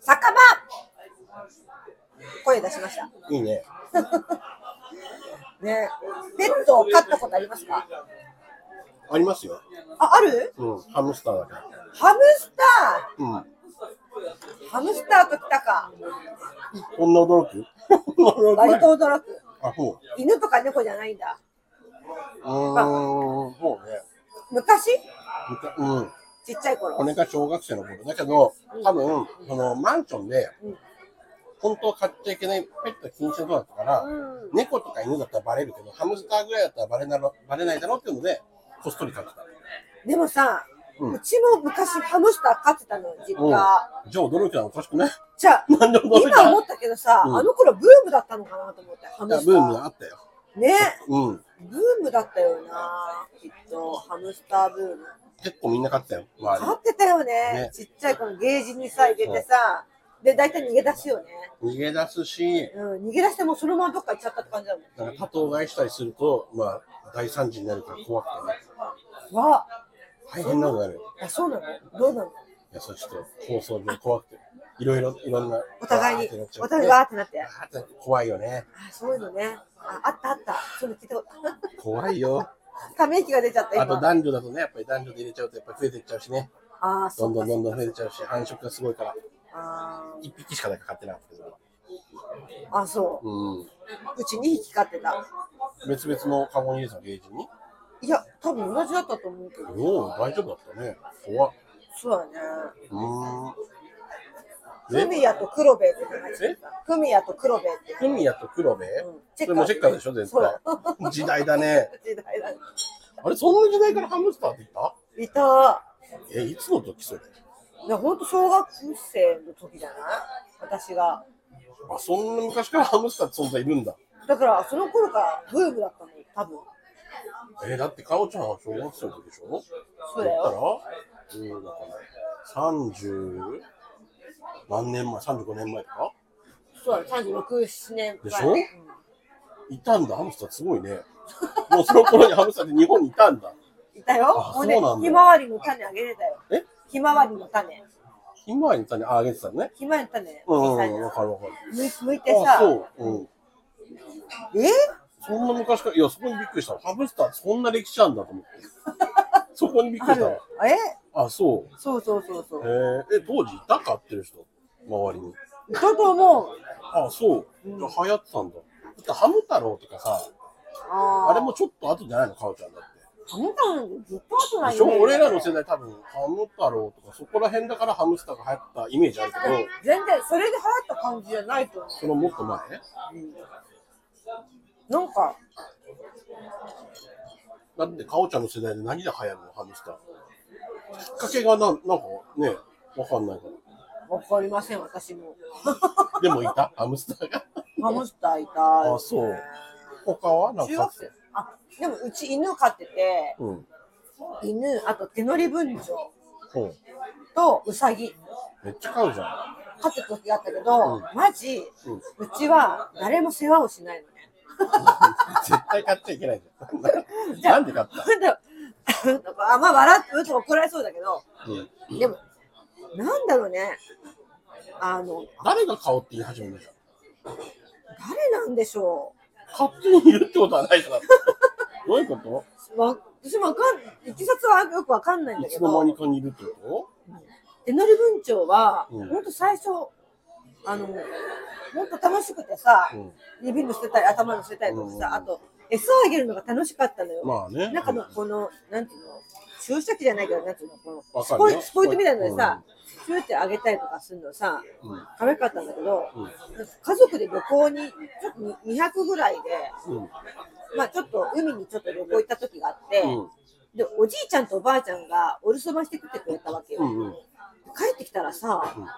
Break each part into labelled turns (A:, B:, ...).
A: 酒場声出しました。
B: いいね。
A: ねペットを飼ったことありますか
B: ありますよ。
A: あ、ある
B: うん。ハムスターだから。
A: ハムスタ
B: うん。
A: ーハムスターと来たか。
B: こんな驚 く驚く
A: 割と驚く。
B: あ、そう。
A: 犬とか猫じゃないんだ。
B: うーん、そうね。
A: 昔
B: むかうん。
A: ちっちゃい
B: こ
A: 頃。
B: れが小学生の頃だけど、多分、そのマンションで
A: うん、
B: 本当は買っちゃいけないペット禁止のとこだったから、
A: うん。
B: 猫とか犬だったらバレるけど、ハムスターぐらいだったらバレなろバレないだろうっていうので、こっそり買ってた。
A: でもさ、
B: うん
A: うちも昔ハムスター飼ってたのよ、実
B: うん
A: 家。
B: じゃあ驚きなのおかしくない
A: じゃあ、
B: なんで驚い
A: 今
B: た
A: 思ったけどさ、
B: うん
A: あの頃ブームだったのかなと思って、ハ
B: い
A: ム
B: や
A: スタ
B: ブームが
A: ー。
B: あったよ。
A: ね、
B: うん。
A: ブームだったよな、きっと、ハムスターブーム。
B: 結構みんな買ったよ、周
A: 飼ってたよね、
B: ね
A: ちっちゃい頃、ゲージにさ、入れてさ、で、大体逃げ出すよね。
B: り。逃げ出すし、
A: うん、逃げ出してもうそのままどっか行っちゃったって感じだもん。
B: なんか多頭買いしたりすると、まあ、大惨事になるから怖くてね。
A: わ
B: 大変なことになるよ。
A: あ、そうなのどうなの
B: いや、それちょっと放送で怖くて。いろいろ、いろんな。
A: お互い
B: わーってな
A: に
B: っ、ちゃ
A: お
B: って
A: 互いわーってなって。
B: あーって怖いよね。
A: あ、そういうのね。あ、あったあった。そういうの聞いたこと
B: 怖いよ。
A: ため息が出ちゃった、
B: あと
A: 今。
B: 男女だとね、やっぱり男女で入れちゃうとやっぱり増えていっちゃうしね。
A: あー、
B: ど
A: そ
B: ん
A: う
B: ど
A: か
B: ん。どんどん増えていっちゃうし、繁殖がすごいから。
A: あ
B: 一匹しかなんか飼ってなかったけど。
A: ーあ、そう。
B: うん。
A: うち2匹飼ってた。
B: 別々のカゴに入れてたの、ゲージに。
A: いや、多分同じだったと思うけど。
B: おお、大丈夫だったね。怖っ。
A: そうだね。
B: うーん。
A: フミヤとクロベイって名前つけた。フミヤとクロベイって。
B: クミヤと黒部、
A: うん
B: それもチェッカーでしょ、絶対。時代だね。
A: 時代だね。
B: あれ、そんな時代からハムスターっていた
A: いた。
B: え、いつの時それ
A: いや、ほんと小学生の時じゃない私が。
B: あ、そんな昔からハムスターって存在いるんだ。
A: だから、その頃からブームだったのよ、多分。
B: えーだって、かおちゃんは小学生の時でしょ
A: そうだよ。
B: ったら、うん、だから、30何年前、35年前とか
A: そうだね、36、7年前。
B: でしょいたんだ、ハムスターすごいね。もうその頃にハムスターって日本にいたんだ。
A: うんいたよ。
B: あ
A: ほんで、
B: そうなんだ
A: ひまわりの種あげてたよ。
B: え
A: ひまわりの種。
B: ひまわりの種、ああげてたのね。
A: ひまわりの種、
B: うん、
A: 小
B: う
A: さい
B: ん、わ
A: の
B: かるわかる。
A: むむいて
B: あ、
A: さ、
B: そう。うん。
A: え
B: そんな昔から、いや、そこにびっくりした。ハムスター、そんな歴史あんだと思って。そこにびっく
A: あ
B: りし
A: る
B: たわ。
A: え
B: あ、そう。
A: そうそうそうそ
B: え
A: う。
B: ー、え、当時いたかってる人、周りに。
A: だと思う。
B: あ、そう。じゃあ流行ってたんだ。だってハム太郎とかさ、
A: あー
B: あれもちょっと後じゃないの、かおちゃんだっ
A: ハムタンずっと後な
B: て。
A: ん
B: で
A: だ
B: しょ
A: よね
B: 俺らの世代多分、ハム太郎とか、そこら辺だからハムスターが流行ったイメージあるけど、
A: 全然それで流行った感じじゃないと思
B: そのもっと前
A: う。なんか、
B: だって、かおちゃんの世代で何で流行るの、ハムスター。きっかけがな、なんかね、わかんないから。
A: わかりません、私も。
B: でもいたハムスターが。
A: ハムスターいた、
B: あそう他はなん
A: 中
B: か
A: 学生。あ、でもうち犬飼ってて、
B: うん。
A: 犬、あと手乗り文鳥
B: そう。
A: とウサギ
B: めっちゃ買うじ ゃ
A: 飼ってた時があったけど、
B: うん
A: マジ、
B: ん。うん。
A: うちは誰も世話をしないのね。
B: 絶対買っちゃいけない じ
A: じ
B: ゃん。
A: ゃあ
B: なんで買った
A: ほんと あまあ笑って、うと怒られそうだけど、
B: うん。
A: でも、なんだろうね。あの、
B: 誰が買おうって言い始めるじゃん。
A: 誰なんでしょ
B: 勝手に言うってことはないじゃん。どういうこ
A: う。わ私もわかん、いきさつはよくわかんないん
B: と
A: だ
B: い
A: け
B: つの間
A: ど
B: に、かにいるってこ
A: 手乗り文鳥は、
B: うん
A: ほんと最初、あの、ほんと楽しくてさ
B: と、うん。
A: リビングしてたり、頭乗せたりとか
B: うん
A: さ、あと、餌をあげるのが楽しかったのよ。
B: まあね。
A: なんかの、この、なんていうの、注射器じゃないけど、なんていうの、この、
B: わ
A: ス
B: か
A: ポ
B: る
A: イ
B: よ
A: スポイトみたいなのでさ、シューってあげたりとかするのさ、
B: うん。うん。
A: 可愛かったんだけど、
B: うん
A: 家族で旅行に、ちょっと200ぐらいで、
B: うん。
A: まあちょっと海にちょっと旅行行った時があって、
B: うん。
A: で、おじいちゃんとおばあちゃんがお留守番してきてくれたわけよ。
B: うん。うん。
A: 帰ってきたらさ、
B: うん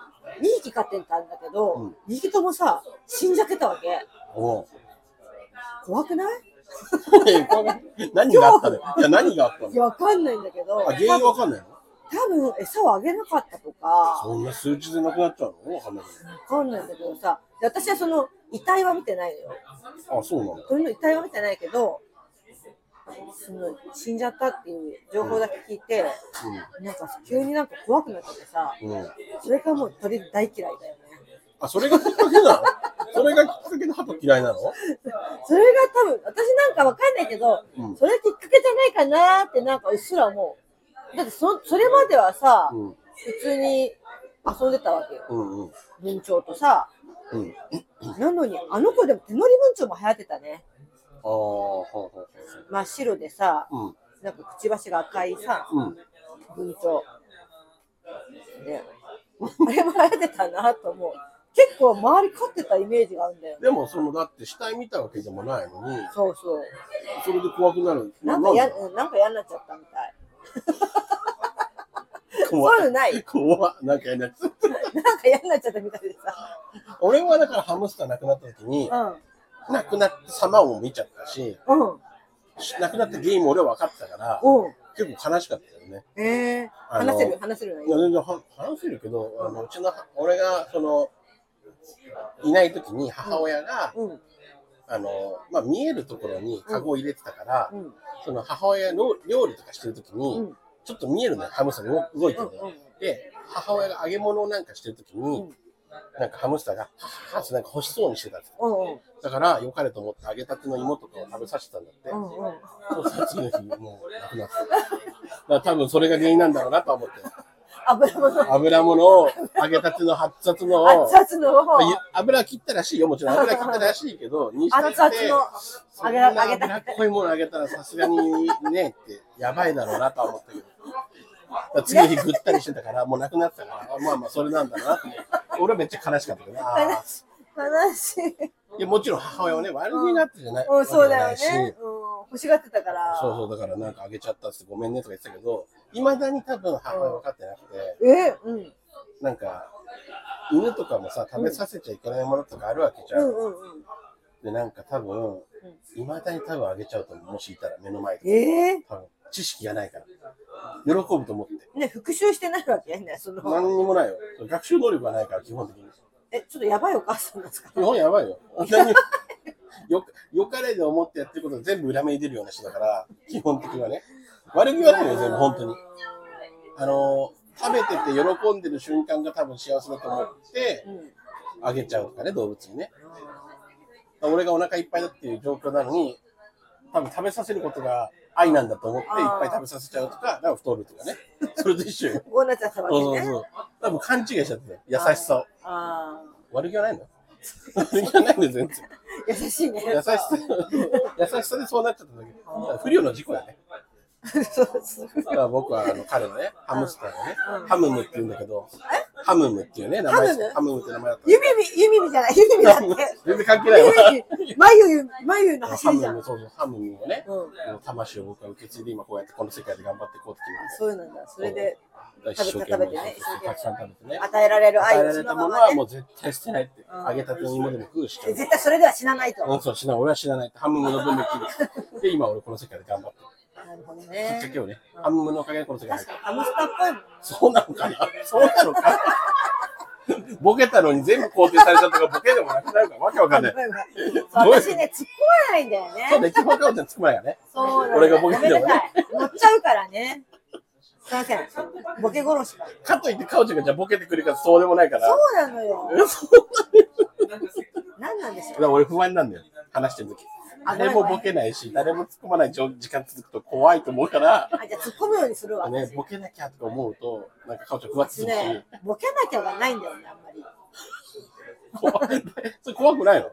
A: 2匹飼ってたんだけど、
B: うん
A: 2匹ともさ、死んじゃってたわけ。
B: おう
A: 怖くない
B: 何があったのよいや、何があったの
A: いや、わかんないんだけど、
B: あ、原因わかんないの
A: 多分餌をあげなかったとか、わ
B: そんな数値でなくなっちゃうのわかんないけ
A: かんないんだけどさ、で私はその遺体は見てないのよ。
B: どあ、そうなんだ。
A: 鳥の遺体は見てないけど、その死んじゃったっていう情報だけ聞いて、なんか急になんか怖くなっちゃってさ、
B: うん。うん。
A: それからもう鳥大嫌いだよね。
B: あ、それがきっかけなのそれがきっかけで鳩嫌いなの
A: それが多分、私なんかわかんないけど、
B: うん
A: それきっかけじゃないかなーってなんかうっすら思う。だってそ、それまではさ、
B: うん。
A: 普通に遊んでたわけよ。
B: うんうん。
A: 文鳥とさ。
B: うん。あ
A: なのに、あの子でも手乗り文鳥も流行ってたね。
B: あ、はあは
A: 真っ白でさ、
B: あは
A: なんかくちばしが赤いさ、
B: あ。うん。うん。
A: 文鳥。ね。あれも流行ってたなと思う。結構周り飼ってたイメージがあるんだよね。
B: でも、その、だって死体見たわけでもないのに、
A: そうそう。
B: それで怖くなる。
A: なんかや、
B: なんで
A: うんなんか嫌になっちゃったみたい。
B: 怖
A: そういうのない
B: 怖なんかやな。
A: なんか嫌になっちゃったみたいでさ。
B: 俺はだからハムスター亡くなった時に、亡くなって様を見ちゃったし、
A: うん。うん。
B: 亡くなった原因も俺は分かってたから、
A: うん。
B: 結構悲しかったよね。
A: ええ
B: あの
A: 話せる話せるの
B: いや全然は話せるけど、あのうちの母俺がそのいない時に母親が、
A: うん。うん。
B: あのまあ、見えるところにカゴを入れてたから、
A: うん。
B: その母親の料理とかしてる時に、
A: うん
B: ちょっと見えるのよハムスターが動いてるのよ、
A: うんうん
B: で母親が揚げ物なんかしてる時に、
A: うん
B: なんかハムスターがはっはっってなんか欲しそうにしてたって
A: うん。
B: だから良かれと思って揚げたての芋とかを食べさせてたんだって、
A: うん。うん。
B: そうしたら次の日もう亡くなってただから多分それが原因なんだろうなとは思って。
A: 油物。
B: 油物を揚げたての発熱のを
A: 熱々の
B: ま
A: 方。
B: あゆ油切ったらしいよもちろん油切ったらしいけどにしたっ
A: 熱々
B: てそ
A: の
B: ん
A: 揚げ揚
B: な
A: げ
B: 油
A: た
B: っこいもの揚げたらさすがにねってやばいだろうなとは思ったけどだから次の日ぐったりしてたからもうなくなってたからあまあまあそれなんだなって俺はめっちゃ悲しかったけどなあ
A: 悲しい。
B: ーいやもちろん母親はね悪気があってじゃない,、
A: うん、そうだよ
B: し
A: ね。うん、欲しがってたから。
B: そうそうだからなんかあげちゃったっつってごめんねとか言ってたけどいまだに多分母親分かってなくて。
A: え、うん、
B: なんか、犬とかもさ、食べさせちゃいけないものとかあるわけじゃ。
A: うんん、うん、うん。
B: で、なんか多分、いまだに多分あげちゃうと思う、もしいたら目の前で。
A: ええ
B: 多分、知識がないから。喜ぶと思って。
A: ね、復習してないわけやね、その。
B: 何にもないよ。学習能力がないから、基本的に。
A: え、ちょっとやばいお母さんなんですか。
B: 基本やばいよ。何よ、よかれで思ってやってることが全部裏目に出るような人だから、基本的にはね。悪気はないよ、全部、本当に。あの、食べてて喜んでる瞬間が多分幸せだと思って、
A: うん。
B: あげちゃうとかね、動物にね。俺がお腹いっぱいだっていう状況なのに、多分食べさせることが愛なんだと思って、
A: あ
B: い
A: ー
B: っぱい食べさせちゃうとか、なんか太るとかね。それと一緒よ。
A: こうなっちゃった
B: そうそ
A: わ
B: う
A: けね。
B: そう。多分勘違いしちゃってたよ優しさを。
A: ああ。
B: 悪気はないのよ悪気はないのよ、全然。
A: 優しいね。
B: 優しさ、優しさでそうなっちゃったんだけど、だから不良の事故やね。
A: そうそう。
B: だから僕はあの彼のね、ハムスターのね
A: うん、
B: ハムムって言うんだけど、ハムムっていうね、名前
A: ハムム、
B: ハムムって名前だったの。
A: ゆみみ、ゆみみじゃない、ゆみみだって。
B: 全然関係ないわ。
A: ゆみみ、まゆゆ、まゆゆの走
B: ハ
A: り
B: ム
A: じゃん。う
B: の、
A: ん。
B: そうそう、ハムのね、魂を僕は受け継いで、今こうやってこの世界で頑張っていこうって決
A: そうなんだ。それで
B: めて、一生懸
A: 食べて食べ
B: 命、
A: てね
B: たくさん食べてね。
A: 与えられる
B: 与え
A: 愛
B: ら
A: をそ
B: れた
A: のま
B: もの
A: ま
B: は
A: ね
B: も。う絶対捨てないって、
A: うん
B: 揚げたての芋でも食うしかない。
A: 絶対それでは死なないと。
B: うん、そうしない、俺は知らないって、ハムムの分も切 る。で、今俺この世界で頑張ってる。
A: なるほど
B: きっか
A: ね。
B: けをね、ハムムのおかげでこの世界に入
A: 確
B: っ
A: か
B: た
A: に、ハムスターっぽいもん。
B: そうなのかなそうなのかなボケたのに全部肯定されちゃったから、ボケでもなくなるから、わけわかんない。
A: そう私ね、突っ込まないんだよね。
B: そうね、基本顔じゃつくまいがね。
A: そうな
B: 俺がボケてもね
A: ごめんなさい乗っちゃうからね。すいません。ボケ殺しだ。
B: かといって、顔ちゃんがじゃあボケてくれるかそうでもないから。
A: そうなのよ。
B: そう
A: 何なんでし
B: だ
A: ょ
B: から俺不安になんだよ話してる時
A: あ
B: 誰もボケないし誰も突っ込まない時間続くと怖いと思うから
A: う。あ、じゃあ突っ込むようにするわ。
B: ねボケなきゃとか思うとなんか顔ちゃんふわっとするし
A: ね、ボケなきゃがないんだよね、あんまり。
B: 怖い それ怖くないの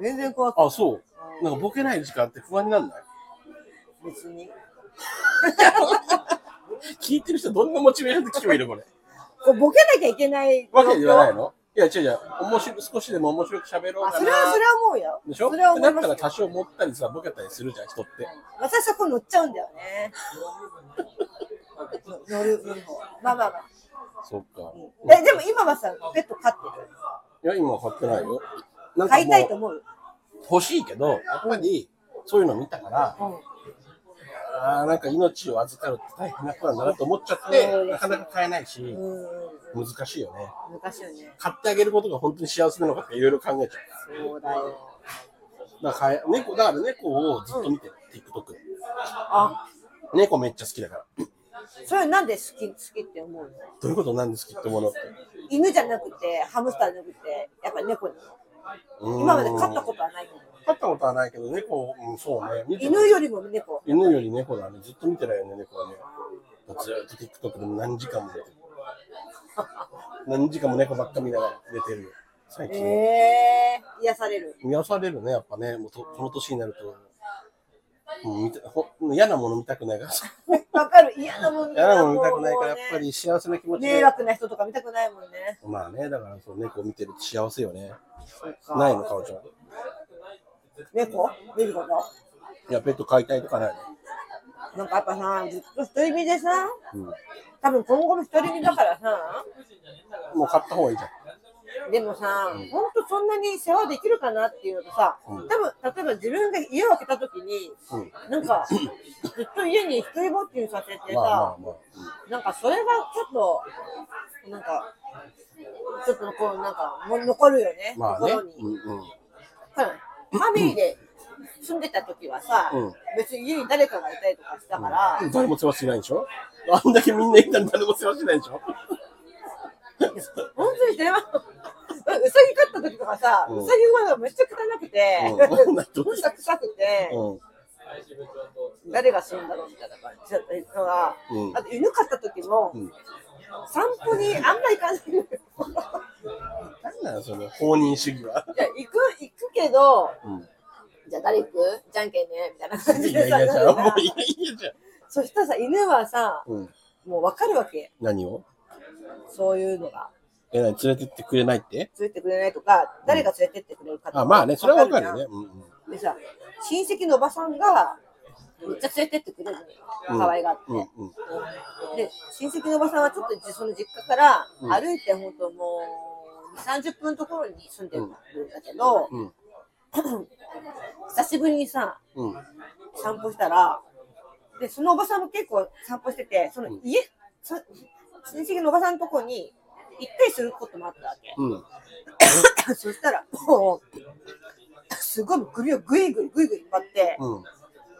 A: 全然怖く
B: あそうなんかボケない時間って不安にならない
A: 別に。
B: 聞いてる人どんなモチベーションで聞けばいいのこれ
A: こうボケなきゃいけない。
B: わけではないのいや違う違う面白少しでも面白く喋ろう
A: あ、
B: か
A: それは、
B: な
A: それは思うよ。
B: でしょ
A: それは思
B: だ
A: い
B: っ
A: ま
B: た
A: す
B: ら
A: よ。
B: 多少持ったりさボケたりするじゃん人って
A: 私そこ乗っちゃうんだよね。の乗る、乗る方。まあまあまあ。
B: そっか
A: え、でも今はさ、ペット飼って
B: いや今は買ってないよ
A: る。
B: なんか
A: 飼いたいと
B: もう
A: 思う。
B: 欲しいけどやっぱりそういうの見たから
A: うん。
B: あーなんか命を預かるって大変なことなんだなと思っちゃって、
A: うん
B: なかなか買えないし、
A: うん
B: 難しいよね。
A: 昔よね。
B: 買ってあげることが本当に幸せなのかっていろいろ考えちゃ
A: そうだよ。
B: う。だから買え猫、だから猫をずっと見てる、TikTok で。
A: あ、
B: 猫めっちゃ好きだから。
A: それなんで好き好きって思うの？
B: どういうことなんですきってものって。
A: 犬じゃなくて、ハムスターじゃなくて、やっぱり猫なの。
B: うん
A: 今まで飼ったことはないけど。
B: 飼ったことはないけど、猫、うん、そうね。見て
A: 犬よりも猫。
B: 犬より猫だね。ずっと見てないよね、猫はね。ずーっと TikTok でも何時間も寝てる。何時間も猫ばっか見ながら寝てるよ。最近。
A: えー、癒される。
B: 見癒されるね、やっぱね。もうとこの年になると。もう見たほ嫌なもの見たくないから。
A: わかる。嫌なもんね。
B: 嫌なもの見たくないから、やっぱ
A: り。
B: り幸せな気持ち
A: 迷
B: で。
A: 惑な人とか見たくないもんね。
B: まあね、だからそう猫を見てると幸せよね。ないの、かおちゃん。
A: 猫見ること
B: いや、ペット飼いたいとかない
A: なんかやっぱさ、ずっと独り身でさ、
B: の。うん
A: 多分今後も独り身だからさ、
B: もう買った方がいいじゃん。
A: でもさ、ほんとそんなに世話できるかなっていうのとさ、
B: うん
A: 多分例えば自分が家を開けた時に、
B: うん
A: なんか、ずっと家に一人ぼっちにさせてさ、
B: まあまあまあ。
A: なんかそれがちょっと、なんか、ちょっとこう、なんか、も残るよね、
B: まあね。
A: 心に。
B: うんうん。
A: ただファミリーで住んでた時はさ、
B: うん
A: 別に家に誰かがいたりとかしたから、
B: 誰も世話しないでしょあんだけみんないたら誰も世話しないでしょ
A: 本当に電話。 うさぎ飼った時とかさ、
B: う
A: うんさぎ馬がめっちゃ汚くて、
B: うん
A: うさ臭くて、
B: う
A: 誰が死んだろうみたいな感じだったのが、
B: うん
A: あと犬飼った時も、
B: ん。うん。
A: 散歩にあんま行かない。い
B: なんなのその放任主義は。
A: や、行く、行くけど、
B: うん。
A: じゃあ誰行くじゃんけんね、みたいな感じ
B: いや
A: で
B: い
A: さ、
B: やじゃ
A: なん
B: ん。も
A: か
B: ういやいやじゃん。
A: そしたらさ、犬はさ、
B: うん。
A: もうわかるわけ。
B: 何を
A: そういうのが。
B: え、何連れてってくれないって
A: 連れてってくれないとか、誰が連れてってくれるかとか。
B: あ、まあね、それはわかるよ
A: じゃん
B: ね。うんうん。
A: でさ、親戚のおばさんが、めっちゃ連れてってくれるのよ、
B: うん
A: 可愛がって。
B: うんうん。
A: で、親戚のおばさんはちょっとじその実家から
B: うん
A: 歩いて本当もう2、30分のところに住んでるんだけど、
B: うん。
A: 久しぶりにさ、
B: うん。
A: 散歩したら、で、そのおばさんも結構散歩してて、その家、そ親戚のおばさんのとこに行ったりすることもあったわけ。
B: う ん。
A: そしたら、もう、すごい首をぐいぐいぐいぐい引っ張って、
B: うん。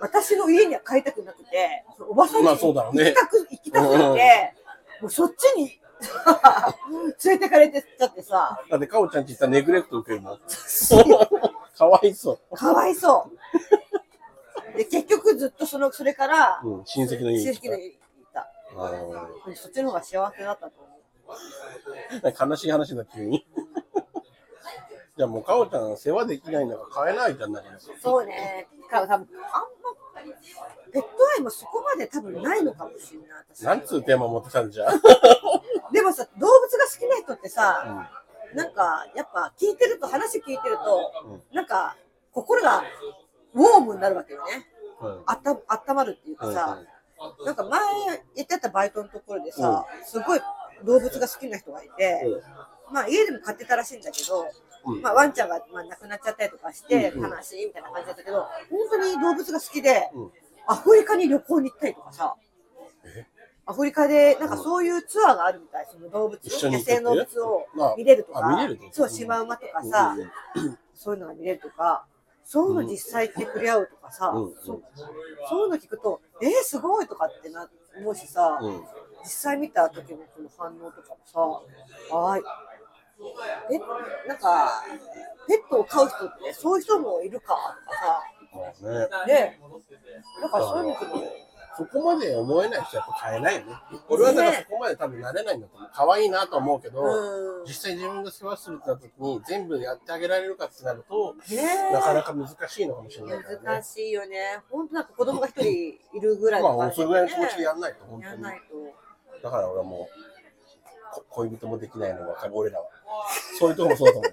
A: 私の家には帰りたくなくて、そのおばさんに
B: ま
A: 行
B: あそうだろうね
A: きたく、行きたく
B: うんう
A: なんって、もうそっちに 連れてかれてっちゃってさ、
B: だって、かおちゃんち行ったらネグレクト受けるもん。かわいそ
A: かわいそう。で、結局ずっとその、それから、
B: う。うん。親戚の
A: 親
B: 家に来
A: 戚の家に行った。
B: た。あ
A: そっちの方が幸せだったと思う。
B: ー悲しい話だ、急に。 じゃあもう、かおちゃん世話できないんだから買えないじゃんなかなか。
A: そうね。か多分あんま、ペット愛もそこまで多分ないのかもしれない。私
B: なんつうテーマ持ってたんじゃん。
A: でもさ、動物が好きな人ってさ、なんか、やっぱ聞いてると、話聞いてると、なんか、心がウォームになるわけよね。
B: うん
A: あった、あったまるっていうかさ、なんか前やってたバイトのところでさ、すごい動物が好きな人がいて、まあ家でも飼ってたらしいんだけど、
B: うん
A: まあワンちゃんがまあ亡くなっちゃったりとかして、
B: うんうん
A: 悲しいみたいな感じだったけど、本当に動物が好きで、
B: うん
A: アフリカに旅行に行ったりとかさ、アフリカでなんかそういうツアーがあるみたい、その動物、
B: 一緒に
A: 野
B: 行くって
A: 生の動物を
B: あ
A: 見れるとか、
B: あ見れるってこと
A: そう、シマウマとかさ、そういうのが見れるとか、そういうの実際って触れ合うとかさ、
B: うん
A: そうそういうの聞くと、えー、すごいとかってな思うしさ、
B: うん
A: 実際見た時のこの反応とかもさ、あーえ、なんか、ペットを飼う人ってそういう人もいるかと
B: まあね、
A: かさ、ね、なんかそういうのとも、
B: そこまで思えない人はやっぱ買えないよね。俺はだからそこまで多分慣れないんだと思う。可愛いなとは思うけど、
A: うん
B: 実際自分が世話するってなった時に全部やってあげられるかってなると、
A: ね
B: なかなか難しいのかもしれないから
A: 難
B: ね。
A: しいよね。本当なんか子供が一人いるぐらい
B: ま
A: の
B: あ、
A: 感じ
B: そ
A: で
B: れ
A: ね
B: ぐらいの気持ちでやんないと、本
A: や
B: 当
A: ん
B: に。
A: ない
B: だ
A: と。
B: から俺はもう、こ恋人もできないのが分かる、俺らは。そういうとこもそうだと思う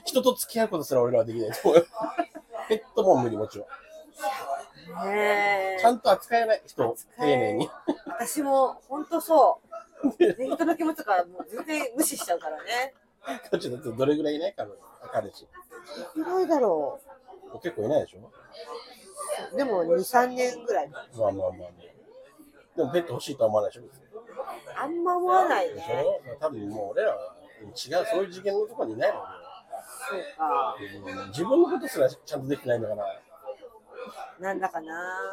B: 人と付き合うことすら俺らはできないと思うよ。 ペットも無理、もちろん。
A: ねえ
B: ちゃんと扱えない人を丁寧に。
A: 私も本当そう。人の気持ちとかもう全然無視しちゃうからね。
B: こっちだってどれぐらいいないかの彼氏。
A: 広いだろ
B: 結構いないでしょ
A: う。でも2、3年ぐらい。
B: まあまあまあまあ。でもペット欲しいとは思わないでしょ別に
A: あんま思わない
B: でし
A: ね。
B: ょ多分もう俺らは違う、そういう次元のところにいないの
A: そうか。
B: 俺らは自分のことすらちゃんとできてないんだから。
A: なんだかな。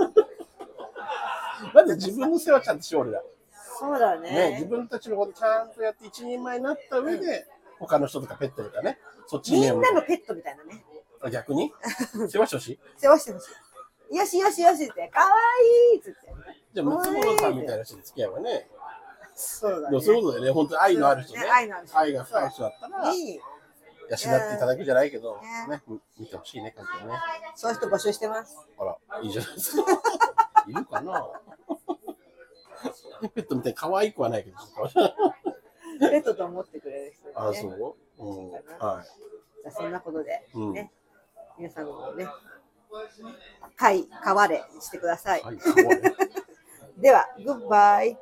B: まず自分の世話ちゃんとしよう俺ら。
A: そうだ
B: ね、自
A: ね。
B: 分たちのことちゃんとやって一人前になった上で、他の人とかペットとかね、そっちに
A: み
B: 目を
A: ん
B: 向
A: な
B: け
A: のペットみたいなね。
B: あ逆 に世話してほしい
A: 世話してほしい。よしよしよしって、かわいいっつって。
B: じゃあ、ムツゴロウさんみたいな人に付き合えばね、
A: そうだ
B: でもそういうことでね、本当に愛のある人ね
A: ね、愛のある人
B: 愛が深い人だったら、
A: いい。
B: 養っていただくじゃないけど、
A: ね
B: ね、み見てほしいね、感じね。
A: そういう人募集してます。
B: あら、いいじゃない ですか。いるかなペットみたいに可愛くはないけど、
A: ペットと思ってくれる人、ね。
B: あ、そう、うん、は
A: じゃあそんなことで、
B: い。うん。
A: ね、皆さんもね、はい、変われしてください。
B: はい、可愛い。
A: では、グッバイ。